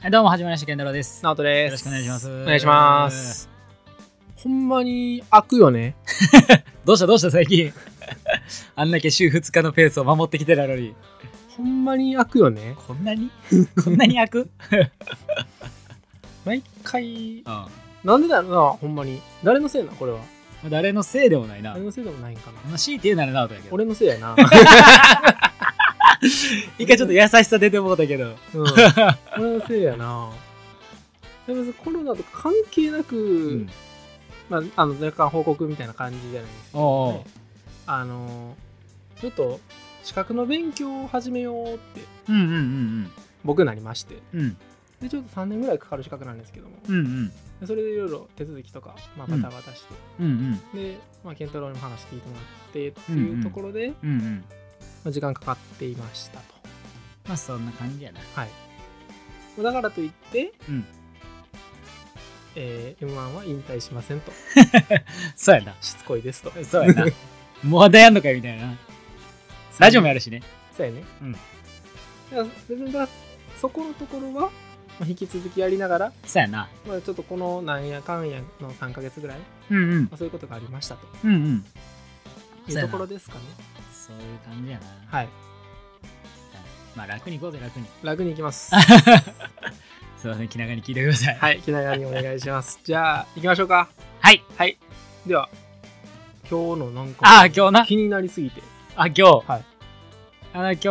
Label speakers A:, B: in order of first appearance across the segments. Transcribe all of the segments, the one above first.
A: はい、どうも、はじめまして、健太郎です。よ
B: ナオトで
A: ろしく
B: す。
A: お願いします。
B: お願いします。。ほんまに開くよね。
A: どうした、どうした、最近。あんだけ週2日のペースを守ってきてたのに。
B: ほんまに開くよね。
A: こんなにこんなに開く
B: 毎
A: う
B: 回、
A: ん。
B: なんでだろうな、ほんまに。誰のせいな、これは。
A: 誰のせいでもないな
B: 誰。のせいでもないんかな。
A: まあ、強いて言うならなおとやけど。
B: 俺のせ いやな。
A: 一回ちょっと優しさ出てもうたけど。
B: うん、俺のせいやな。でもコロナと関係なく、
A: うん。
B: まあ、あの若干報告みたいな感じじゃないですか、
A: おうおう
B: ねあのちょっと資格の勉強を始めようって
A: うんうんうん
B: 僕なりまして
A: うん。うん
B: でちょっと3年ぐらいかかる資格なんですけども、
A: うんうん。
B: でそれでいろいろ手続きとか、まあ、バタバタして、
A: うんうん
B: で、まあ、健太郎にも話聞いてもらってっていうところで、
A: うんうん。
B: まあ、時間かかっていましたと。
A: まあ、そんな感じやな。
B: はい、だからといって、
A: うん
B: えー、M1 は引退しませんと
A: そうやな。
B: しつこいですと
A: そうやな。まだやんのかよみたいな。ラジオもやるしね。
B: そうやね、
A: うん
B: だから別にだからそこのところは、まあ、引き続きやりながら、
A: そうやな。
B: まあ、ちょっとこのなんやかんやの3ヶ月ぐらい、ま
A: うんうん。
B: あ、そういうことがありましたと
A: うんうん。そう
B: いう
A: や
B: と
A: な
B: ころですかね
A: そういう感じやな。
B: はい
A: まあ楽に行こうぜ楽に。
B: 楽にいきます
A: すいません、気長に聞いてください。
B: はい気長にお願いしますじゃあ行きましょうか
A: はい。
B: はいでは今日のなんか
A: ああ、今日な。
B: 気になりすぎて。
A: あ、今日。はいあの、今日、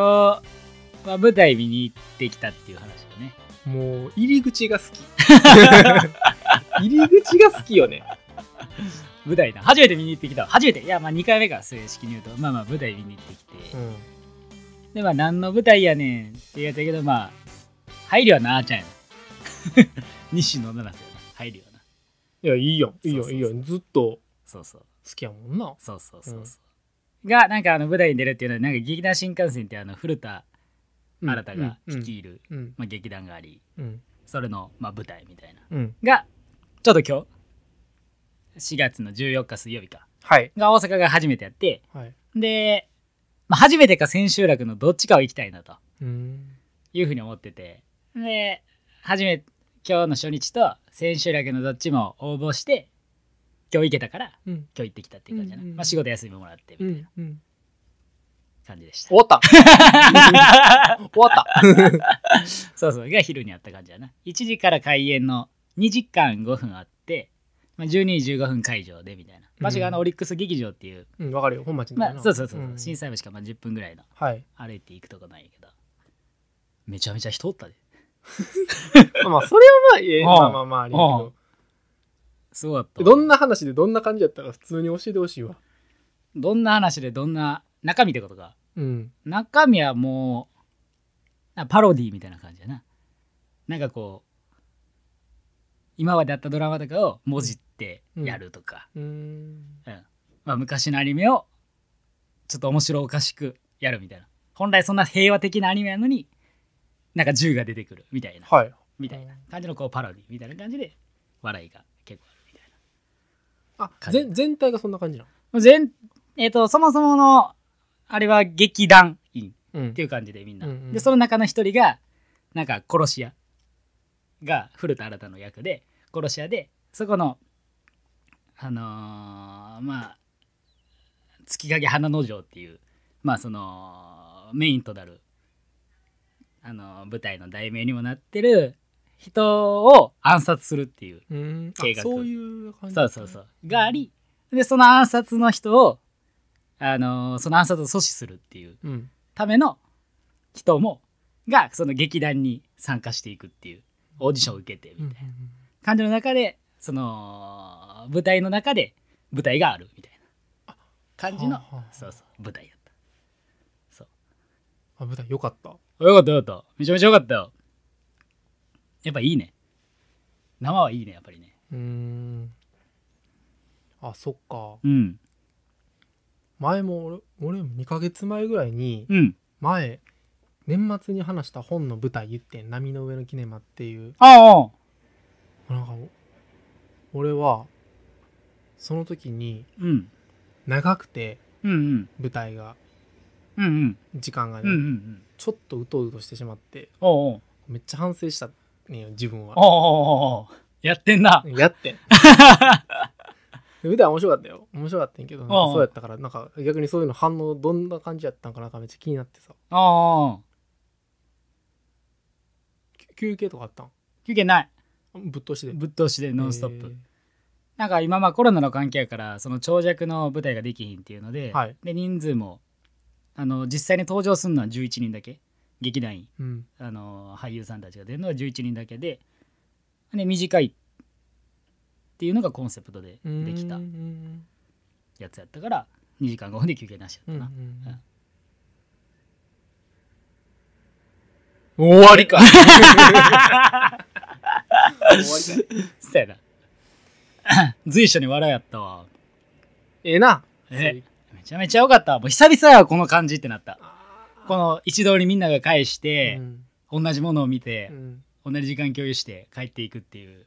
A: まあ、舞台見に行ってきたっていう話をね。
B: もう入り口が好 き入り口が好きよね
A: 舞台だ。初めて見に行ってきた。初めて。いや、まあ2回目か、正式に言うと。まあまあ舞台見に行ってきて。
B: ん
A: で、まあ何の舞台やねんっていうやつやけど、まあ、配慮はなあちゃんや な。西野七瀬やな。配慮はな。
B: いやいいよいい
A: そうそうそ
B: よ
A: う
B: いいよずっと好
A: そうそう。
B: きやもんな
A: そうそうそうそう。が、なんかあの舞台に出るっていうのは、なんか劇団新幹線ってあの古田新太が率いる、
B: うん
A: まあ、劇団があり
B: うん
A: それの、まあ、舞台みたいな
B: うん
A: がちょっと今日4月の14日水曜日か
B: はい
A: が大阪が初めてやって
B: はい
A: で、まあ、初めてか千秋楽のどっちかを行きたいなと
B: うん
A: いうふうに思っててで初め今日の初日と千秋楽のどっちも応募して今日行けたから
B: うん
A: 今日行ってきたっていう感じだな、
B: うんうん
A: まあ、仕事休みもらってみたいな
B: うん
A: 感じでした、
B: 終わった 終わった
A: そうそうが昼にあった感じだな1時から開演の2時間5分あって、まあ、12時15分会場でみたいな場所があの
B: うん
A: オリックス劇場っていう、
B: うんわかるよ本町の
A: まあ、そうそうそう、
B: ん
A: 震災橋からまあ10分ぐらいの
B: はい
A: 歩いて行くとこなんやけどめちゃめちゃ人おったで
B: まあそれはまあええ
A: うん
B: まあまあまあありやけ
A: すごかった
B: どどんな話でどんな感じやったか普通に教えてほしいわ
A: どんな話でどんな中身ってことか
B: うん
A: 中身はもうあパロディみたいな感じやななんかこう今まであったドラマとかを文字ってやるとか、
B: うん
A: まあ、昔のアニメをちょっと面白おかしくやるみたいな本来そんな平和的なアニメやのになんか銃が出てくるみたいな
B: はい
A: みたいな感じのこうパロディみたいな感じで笑いが結構あるみたいな
B: あ全全体がそんな感じな
A: もう全、えっとそもそものあれは劇団員
B: うん
A: っていう感じでみんな、
B: うんうん
A: でその中の一人がなんか殺し屋が古田新太の役で殺し屋でそこのあのーまあ月影花の城っていうまあそのメインとなる、あのー舞台の題名にもなってる人を暗殺するっていう
B: うんあ
A: 計画
B: そういう感じ
A: そうそうそうがありでその暗殺の人を、あのーその暗殺を阻止するっていう
B: うん
A: ための人もがその劇団に参加していくっていうオーディションを受けてみたいな感じの中でその舞台の中で舞台があるみたいな感じの
B: はあはあ
A: そうそう舞台やっ
B: あ舞台よかった
A: たよかったよかっためちゃめちゃよかったよやっぱいいね生はいいねやっぱりね
B: うんあそっか
A: うん
B: 前も俺俺も2ヶ月前ぐらいに
A: うん
B: 前年末に話した本の舞台言ってん「波の上のキネマ」っていう
A: ああ
B: なんか俺はその時に
A: うん
B: 長くて
A: うんうん
B: 舞台が
A: うんうん
B: 時間が
A: うんう
B: ね、
A: んうん
B: ちょっとうとうとしてしまって
A: おうおう
B: めっちゃ反省したねんよ自分は
A: おーおーおーおーやってんな。
B: やってん舞台面白かったよ面白かったんやけどなんか
A: うんうん
B: そうやったからなんか逆にそういうの反応どんな感じやったんかななんかめっちゃ気になってさ
A: おーお
B: き休憩とかあったん
A: ー休憩ない。
B: ぶっ通しで
A: ぶっ通しでノンストップ。
B: えー
A: なんか今まあコロナの関係やからその長尺の舞台ができひんっていうので,、
B: はい
A: で人数もあの実際に登場するのは11人だけ劇団員
B: うん
A: あの俳優さんたちが出るのは11人だけでで短いっていうのがコンセプトでできた
B: うんうん
A: やつやったから2時間5分で休憩なし
B: う
A: や
B: ん
A: っ
B: う
A: たな、
B: ん終わりか終わりか
A: そうやな 随所に笑いやったわ
B: ええな
A: えめちゃめちゃ良かったわもう久々やこの感じってなったこの一堂にみんなが返し
B: え
A: て
B: う、ん
A: 同じものを見て、
B: うん
A: 同じ時間共有して帰っていくっていう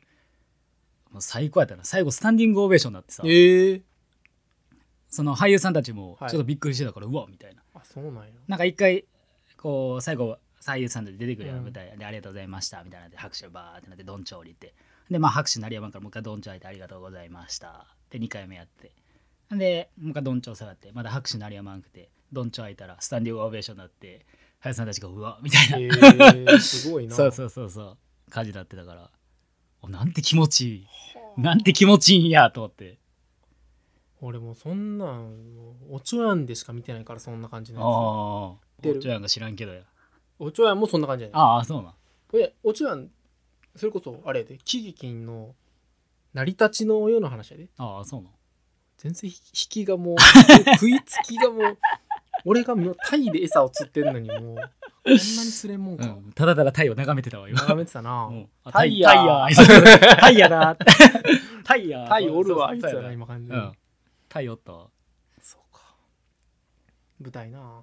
A: もう最高やったな最後スタンディングオベーションだってさ
B: ええ
A: その俳優さんたちもちょ
B: はい
A: っとびっくりしてたから、うわみたいな
B: あそう なんや
A: なんか一回こう最後俳優さんたち出てくるような
B: うん
A: 舞台で、ありがとうございましたみたいなんで拍手がバーってなってどんちょう降りてでまあ拍手鳴りやまんからもう一回どんちょう開いてありがとうございましたで2回目やってでもう一回どんちょう下がってまだ拍手鳴りやまんくてどんちょう開いたらスタンディングオベーションになって俳優さんたちがうわみたいな
B: えー、すごいな
A: そうそうそうそう感じだってたからおなんて気持ちいいなんて気持ちいいんやと思って
B: 俺もうそんなんもうおちょやんでしか見てないからそんな感じ
A: あ
B: の
A: あ
B: やつ
A: お
B: 出る
A: ちょやんが知らんけどや
B: おちょやんもそんな感じやね
A: ああそうなん
B: でおちょやんそれこそあれやで喜劇の成り立ちのような話やで
A: ああそうなん
B: 全然引き がもう食いつきがもう俺がもうタイで餌を釣ってんのにもうこんなに釣れんもんか、
A: うん、ただただ太陽眺めてたわ今
B: 眺めてたな、
A: うんあ
B: タイヤ
A: タイヤ タイヤ だタイヤ
B: タイおるわあ
A: そう
B: いつ
A: そうそ
B: や
A: う
B: な今感じ、
A: うん太陽おったわ
B: そうか舞台な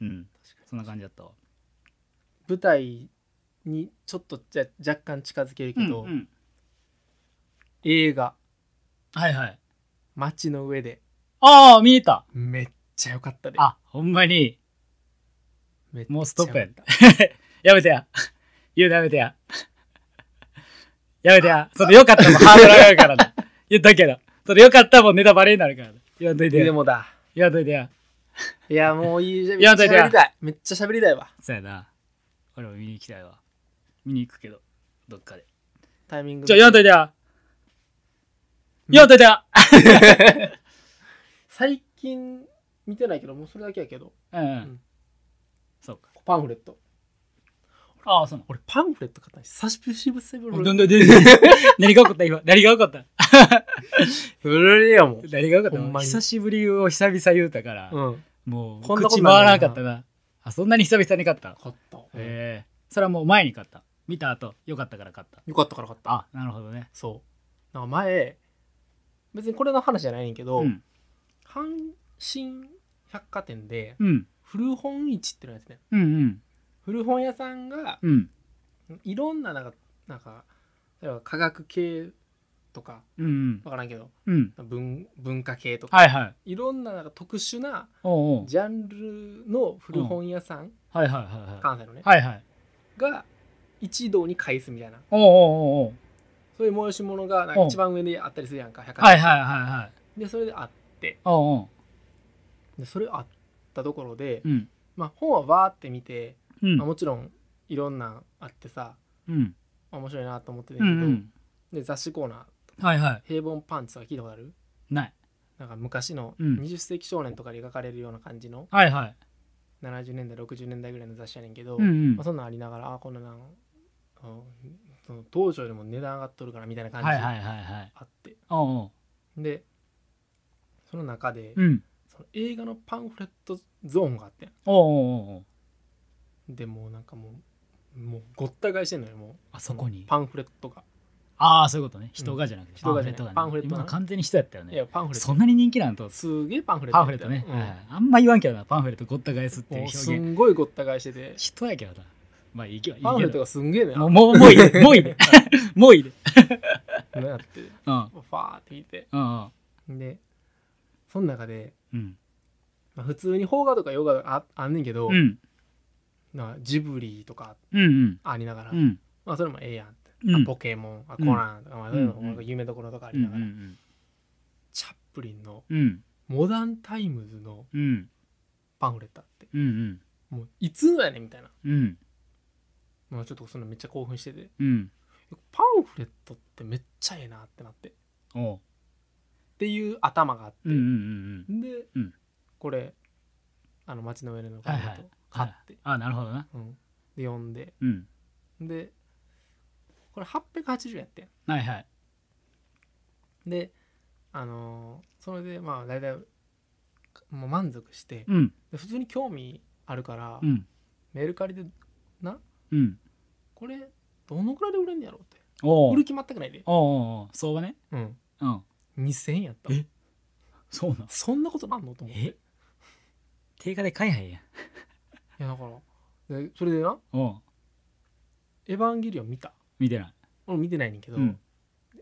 A: うんそんな感じだったわ
B: 舞台にちょっとじゃ若干近づけるけど、
A: うんうん
B: 映画
A: はいはい
B: 「街の上で
A: ああ見えた」
B: めっちゃ良かったで
A: あほんまに
B: めっちゃ
A: もうストップや
B: 良かっ
A: やめてや。言うのやめてや。やめてや。そのよかったもんハードル上がるから な。言ったけど。そのよかったもんネタバレになるからな。言わんとい
B: た
A: て
B: で
A: や。
B: もだ
A: 言わんといてや。
B: いやもういいじゃんめっ
A: や
B: ちゃ
A: だや
B: 喋りたいめっちゃ喋りたいわ
A: そうやな。俺も見に行きたいわ。見に行くけど、どっかで。
B: タイミング
A: ちょ、言わんといてや。言わんといてや。
B: 最近見てないけどもうそれだけやけど
A: うんうん
B: ん。
A: そうか。
B: パンフレット
A: ああ、そうな
B: 俺パンフレット買ったの久しぶりセブ
A: の。
B: ル
A: どんどんど んどん何が起こった今。何が起こった
B: それやもん
A: 何が起こった
B: ほんまに
A: 久しぶりを久々言うたから、
B: うん
A: もう
B: こんなこと
A: 口
B: な
A: 回
B: んだ
A: ら
B: よな
A: なかったな。あ、そんなに久々に勝った。
B: 買った
A: えー、それはもう前に買った見た後良かったから買った
B: よかったから買った
A: あなるほどね
B: そうなんか前別にこれの話じゃないねんけど、
A: うん
B: 阪神百貨店で
A: うん
B: 古本市ってのやつね
A: うんうん
B: 古本屋さんが
A: うん
B: いろんななんかなんか例えば科学系とか
A: うんうん
B: わからんけど
A: うん
B: 文文化系とか、
A: はいはい
B: い、ろんななんか特殊な
A: おうおう
B: ジャンルの古本屋さん、
A: はいはいはいは
B: 関西のね、
A: いはいはい
B: が一堂に会すみたいな
A: おうおうおうおう
B: そういう催し物がな
A: う
B: んか
A: ん
B: 一番上であったりするやんか百貨
A: はい
B: 店
A: はいはいはい
B: でそれであって
A: おうお
B: でそれあったところで、
A: ううん
B: まあ、本はわーって見て、
A: うん
B: まあ、もちろんいろんなんあってさ
A: うん
B: 面白いなと思ってた
A: うんんう
B: やけど、
A: ん
B: で雑誌コーナー
A: はいは
B: 「平凡パンチ」とか聞いたことある
A: いない
B: なんか昔の
A: うん
B: 20世紀少年とかで描かれるような感じの
A: はいはい
B: 70年代60年代ぐらいの雑誌やねんけど、
A: うんうん
B: まあ、そんなんありながらあこんななんうんその当時よりも値段上がっとるからみたいな感じ
A: はいはい
B: あ
A: はいはい
B: って、
A: おうおう
B: でその中で、
A: うん
B: その映画のパンフレットゾーンがあってん
A: おうおうおうおう
B: でもうなんかもうもうごった返してんのよもう
A: あそこに
B: パンフレットが、
A: ああそういうことね人がじゃなくて
B: 人がじゃない
A: パ
B: パ
A: ン
B: ン
A: フ
B: フ
A: レ
B: レ
A: ッ
B: ッ
A: トね
B: トな
A: 今の完全に人やったよ
B: い
A: ね
B: やパンフレッ
A: そ
B: ト
A: んなに人気なんと
B: すげえパンフレット
A: パンフ
B: や
A: レ
B: っ
A: ッ
B: た
A: ト
B: よ
A: ね、
B: うん
A: はいあんま言わんけどなパンフレットごった返すっていう
B: もう
A: 表
B: す
A: 現
B: んごいごった返してて
A: 人やけどなまあいいけどいい
B: パンフ
A: け
B: レット
A: ど
B: がすんげえの
A: もうもう
B: よ
A: もういい でもういいでもういいで
B: なってフ
A: うんうん
B: ァーって見て
A: うん
B: でその中で、
A: うん
B: まあ、普通に邦画とか洋画とかああんねんけど、
A: うん
B: なジブリとか
A: うん
B: ありながら、
A: うん
B: まあそれもええやんって、
A: うんうん
B: ポケモンあコナンとか、まあ、そういうの
A: うんうん
B: 夢どころとかあ
A: う
B: り
A: ん
B: ながら、チャップリンの
A: うんうん
B: モダンタイムズの
A: うん
B: パンフレットあって
A: うんうん
B: もういつのやねんみたいな
A: うん
B: もうちょっとそのめっちゃ興奮してて
A: うん
B: パンフレットってめっちゃええなってなってっ
A: おう
B: ていう頭があって、
A: うんうんうんうん
B: で、
A: うん
B: これあの街の上のパンフレット買って、
A: あなるほどな
B: うん、で読んで
A: うん
B: でこれ880円やってん
A: はいはい
B: であのーそれでまあ大体もう満足して、
A: うん
B: で普通に興味あるから、
A: うん
B: メルカリで
A: うん
B: これどのくらいで売れんのやろうって
A: おう
B: 売る気全くないで、
A: おうおうおう相場ね
B: うん、
A: うん
B: 2000円やった
A: えそうなん
B: そんなことなんのと思ってい
A: え定価で買えへんやん
B: やだからでそれでな
A: おう
B: 「エヴァンゲリオン」見た
A: 見てない
B: 俺見てないねんけど、
A: うん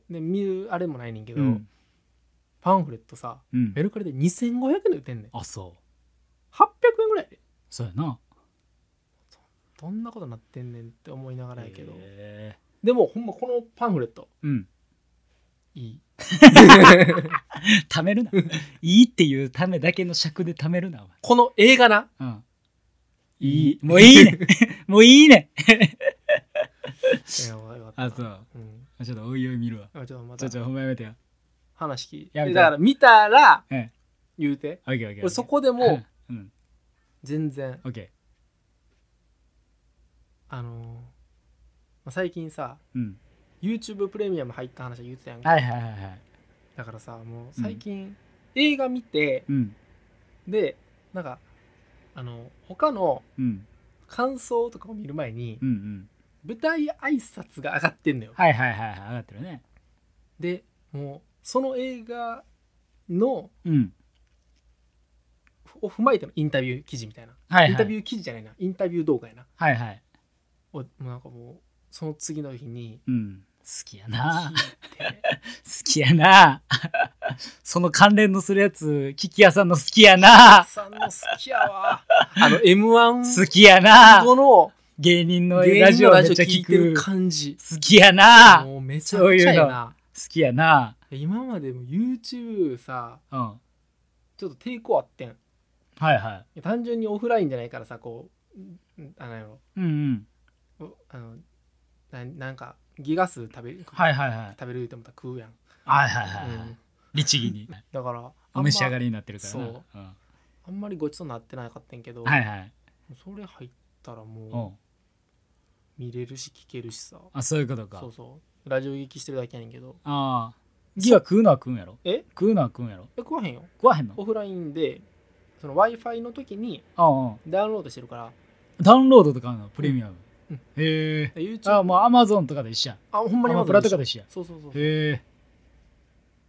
B: で見るあれもないねんけど、
A: うん
B: パンフレットさ
A: うん
B: メルカリで2500円で売ってんねん
A: あそう
B: 800円ぐらいで
A: そうやな
B: どんなことなってんねんって思いながらやけど、
A: へえ
B: でもほんまこのパンフレット
A: うん
B: いい
A: 貯めるな いいっていうためだけの尺で貯めるなお前
B: この映画な
A: うんもういい ねもういいね
B: いやよかった
A: あそう
B: うん
A: ちょっとおいおい見るわ
B: あちょっとま
A: ち
B: た
A: ょちょほんまやめてよ
B: 話聞い
A: やめ
B: て
A: て
B: だから見たら
A: ええ
B: 言うて
A: オッケーオッケー
B: 俺そこでも
A: ううん
B: 全然
A: オッケ
B: あのーまあ最近さ
A: ーうん
B: YouTube プレミアム入った話は言うてたやんか
A: はいはいはいはい
B: だからさもう最近映画見て
A: うん
B: でなんかあの他の
A: うん
B: 感想とかを見る前に
A: うんうん
B: 舞台挨拶が上がってんのよ
A: はいはいはいはい上がってるね
B: でもうその映画の
A: うん
B: を踏まえてのインタビュー記事みたいな、
A: はいはい
B: インタビュー記事じゃないなインタビュー動画やな
A: はいはい
B: をもうなんかもうその次の日に
A: うん好きやな
B: 聞いて
A: 好きやな その関連のするやつ聞き屋さんの好きやな
B: さんの好き やわあの m 1
A: 好きやな
B: 後の
A: 芸人の
B: 芸
A: ラ
B: 人
A: ジオ
B: の
A: め
B: ラ
A: っ
B: ジオ
A: ちゃ
B: 聞
A: 聞
B: いてる
A: く
B: 感じ
A: 好きやな好
B: もうめちゃくちゃ
A: そうい
B: や
A: う
B: な
A: きやな
B: 今までも YouTube さ
A: うんは
B: ちょっと抵抗あってん
A: いは
B: 単純にオフラインじゃないからさこううんあのよ
A: いうんうん
B: あのななんかギガ数食べ,、
A: はいはいはい
B: 食べると思ったら食うやん、
A: はいはいはいは
B: う
A: い
B: ん
A: 律儀に
B: だからあ
A: お
B: ん,、
A: 召し上が
B: ま
A: りになってるからな
B: そうあんまりごちそうになってなかったんやけど、
A: うんはいはい
B: それ入ったら
A: おう
B: もう見れるし聞けるしさ
A: あそういうことか
B: そうそうラジオ聞きしてるだけやねんけど
A: ああギは食うのは食うんやろ
B: え
A: 食うのは食うんやろ
B: え食わへんよ
A: 食わへんの
B: オフラインでその w i f i の時に
A: ああ
B: ダウンロードしてるから
A: ダウンロードとかあるのプレミアム
B: うん
A: へえ
B: YouTube
A: ああもうアマゾンとかで一緒や
B: あほん
A: ア
B: まに
A: マ
B: ま
A: プラ
B: だ
A: とかで一緒や
B: そうそうそうそう
A: へえ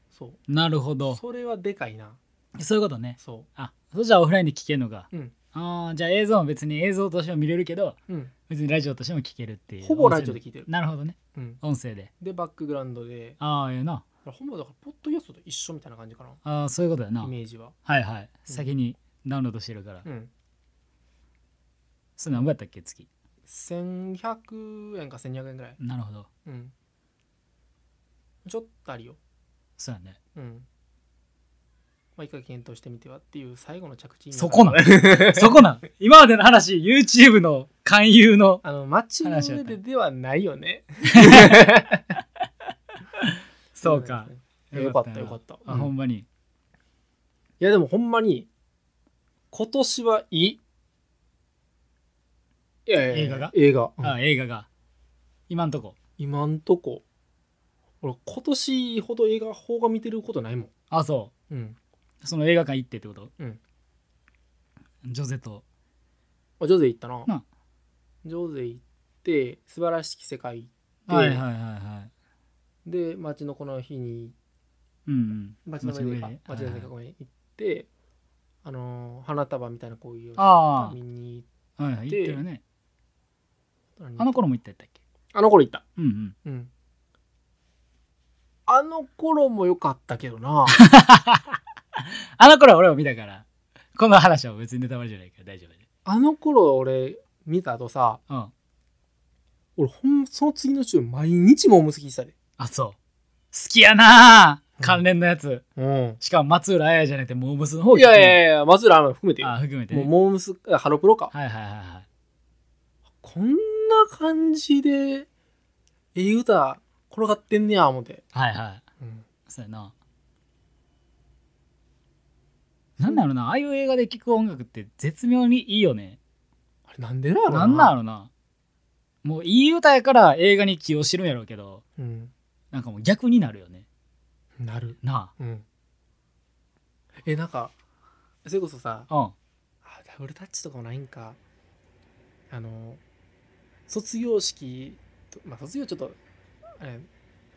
B: そう
A: なるほど
B: それはでかいな
A: そういうことね
B: そ
A: あそれじゃあオフラインで聞けるのか、
B: うん
A: ああじゃあ映像も別に映像としても見れるけど
B: う、うん、
A: 別にラジオとしても聞けるっていう
B: ほぼラジオで聞いてる、
A: なるほどね
B: うん、
A: 音声で
B: でバックグラウンドで
A: ああええな
B: ほぼだからポッドキャストと一緒みたいな感じかな
A: ああそういうことやな
B: イメージは
A: はいはい先にダウンロードしてるから、
B: うん
A: それ何ぼやったっけ月
B: 1100円か1200円ぐらい
A: なるほど
B: うんちょっとあるよ
A: そうやね
B: うんまあ一回検討してみてはっていう最後の着地に
A: そこなんそこなん今までの話 YouTube の勧誘の
B: あの街の
A: 話や
B: 上
A: った
B: でではないよ ね
A: そうか、
B: よかったよかった
A: あ、
B: うん
A: ほんまに
B: いやでもほんまに今年はいいいやいやいや
A: 映画が
B: 映画、うん
A: ああ映画が今んとこ
B: 今んとこ俺今年ほど映画邦画見てることないもん
A: あそ
B: うん
A: うその映画館行ってってこと
B: うん
A: ジョゼと
B: あジョゼ行ったな
A: な
B: ジョゼ行って素晴らしき世界で
A: はいはいはいはい
B: で街のこの日に
A: うんうん
B: 街の上であ街の
A: は
B: 上
A: い
B: で
A: はい
B: ごめん行ってあのー花束みたいなこういう
A: あ
B: 見に行っ
A: あはいはい
B: で
A: 行ってるね
B: たのに
A: あの頃も行ったやったっけ
B: あの頃行った
A: うんうん
B: うんあの頃も良かったけ どな
A: あの頃は俺も見たからこの話は別にネタバレじゃないから大丈夫だね
B: あの頃俺見た後さ
A: うん
B: 俺ほんまその次の週毎日もおむすぎしたで
A: あそう好きやな
B: うん
A: 関連のやつ、
B: うん
A: しかも松浦綾じゃなくてモームスの方
B: いやいやいや松浦アナ含めてよ
A: あ含めて、
B: も
A: ね、
B: うモームスあハロプロか
A: はいはいはいはい
B: こんな感じでええ歌転がってんねや思て、
A: はいはい
B: うん
A: そうやななんだろうなああいう映画で聴く音楽って絶妙にいいよね
B: あれなんでだろうな
A: なんなんやろなもういい歌やから映画に起用してるんやろうけど
B: うん
A: なんかもう逆になるよね
B: なる
A: な
B: うんえなんかそれこそさ
A: あ
B: あダブルタッチとかもないんかあの卒業式とまあ卒業ちょっとあれ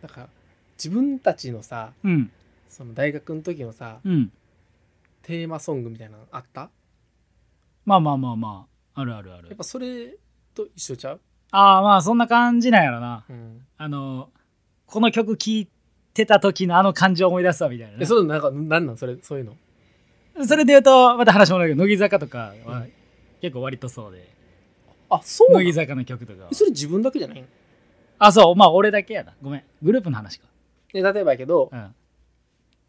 B: なんか自分たちのさ
A: うんうん
B: その大学の時のさ
A: うん
B: テーマソングみたいなのあった
A: まあまあまあまああるあるあ
B: やっ
A: る
B: ぱそれと一緒ちゃう、
A: ああまあそんな感じなんやろな
B: うん、
A: あのこの曲聴いてた時のあの感じを思い出すわみたいなね、
B: えそれなんかなんなんそれそういうの
A: それで言うとまた話もないけど乃木坂とかは
B: うん
A: 結構割とそうで
B: あそうな
A: 乃木
B: の
A: 坂の曲とかは
B: えそれ自分だけじゃないん
A: あそうまあ俺だけやなごめんグループの話か、
B: え例えばやけど
A: うん、
B: なん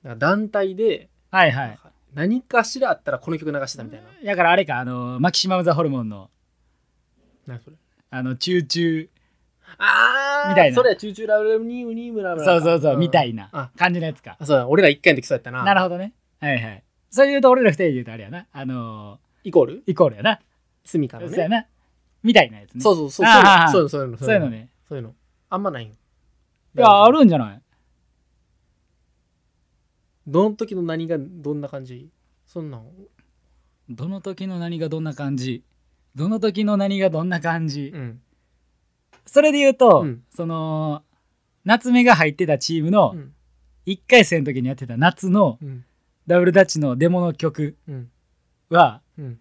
B: か団体で
A: はいはい
B: 何かしらあったらこの曲流してたみたいな、
A: だからあれかあのマキシマム・ザ・ホルモンの
B: 何それ
A: あのチューチュー
B: あー
A: みたいな
B: それはチューチューラブラブニームニームラブラ
A: そうそうそう、みたい
B: あ
A: な感じのやつか
B: あそうだ俺ら一回の時そうやったな
A: なるほどねはいはいそれで言うと俺ら二人で言うとあれやなあの
B: イコール
A: イコールやな、
B: スミカの
A: そう
B: ね
A: やなみたいなやつね
B: そうそうそう
A: あー
B: そうそういうの
A: そういうのね
B: そういうのあんまないん
A: いやあるんじゃない
B: どの時の何がどんな感じそんなん
A: どの時の何がどんな感じどの時の何がどんな感じ、
B: うん
A: それで言うと、
B: うん
A: その夏目が入ってたチームの
B: うん
A: 1回戦の時にやってた夏の
B: うん
A: ダブルダッチのデモの曲
B: うん
A: は
B: うん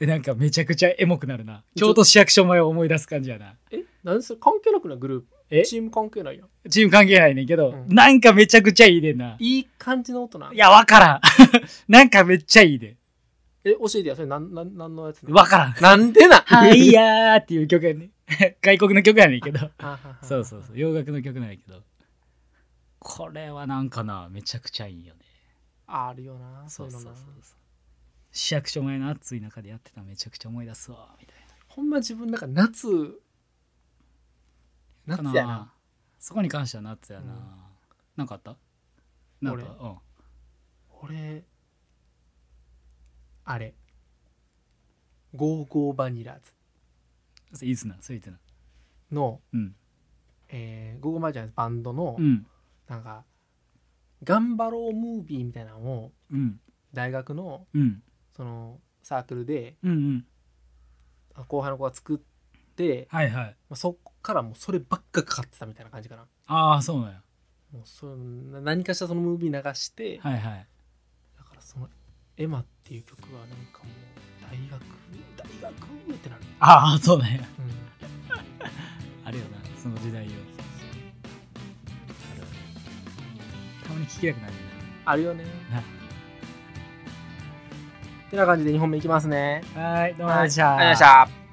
A: なんかめちゃくちゃエモくなるな京都市役所前を思い出す感じやな
B: えなんでそれ関係なくないグループ
A: え
B: チーム関係ないやん
A: チーム関係ないねんけど、
B: うん
A: なんかめちゃくちゃいいでんない
B: い感じの音ない
A: やわからん なんかめっちゃいいで
B: え教えてやそれなんなんなんのやつな
A: わからん「
B: なんでな
A: はいやー」っていう曲やね 外国の曲やねんけど
B: ははは
A: そうそうそう洋楽の曲なんやけどこれはなんかなめちゃくちゃいいよね
B: あるよな
A: そ
B: そうういう
A: そ
B: の
A: うそ
B: な
A: うそう市役所前の暑い中でやってためちゃくちゃ思い出すわみたい
B: ほんま自分なんか夏
A: な
B: 夏やな
A: そこに関しては夏やな、
B: うん
A: なんかあったなんか
B: 俺俺あれゴーゴーバニラズ
A: うんそれいつなそれいつな
B: の、
A: うん
B: えー、ゴーゴーバニラズバンドの、
A: うん
B: なんか「頑張ろうムービー」みたいなのを
A: うん
B: 大学の
A: うん
B: そのサークルで
A: うんうん
B: あ後輩の子が作って、
A: はいはい
B: まあ、そっからもうそればっかかかってたみたいな感じかな
A: ああそうなんや
B: もうそな何かしらそのムービー流して、
A: はいはい
B: だからその「エマ」っていう曲はなんかもう大学大学ってなる、
A: ああそうなんや
B: うん
A: あるよなその時代をたまに聞きたくなるよ
B: あるよね
A: な
B: てな感じで2本目いきますね
A: なはいどうも
B: は
A: あ
B: い
A: りがとうございました
B: ありがとうございました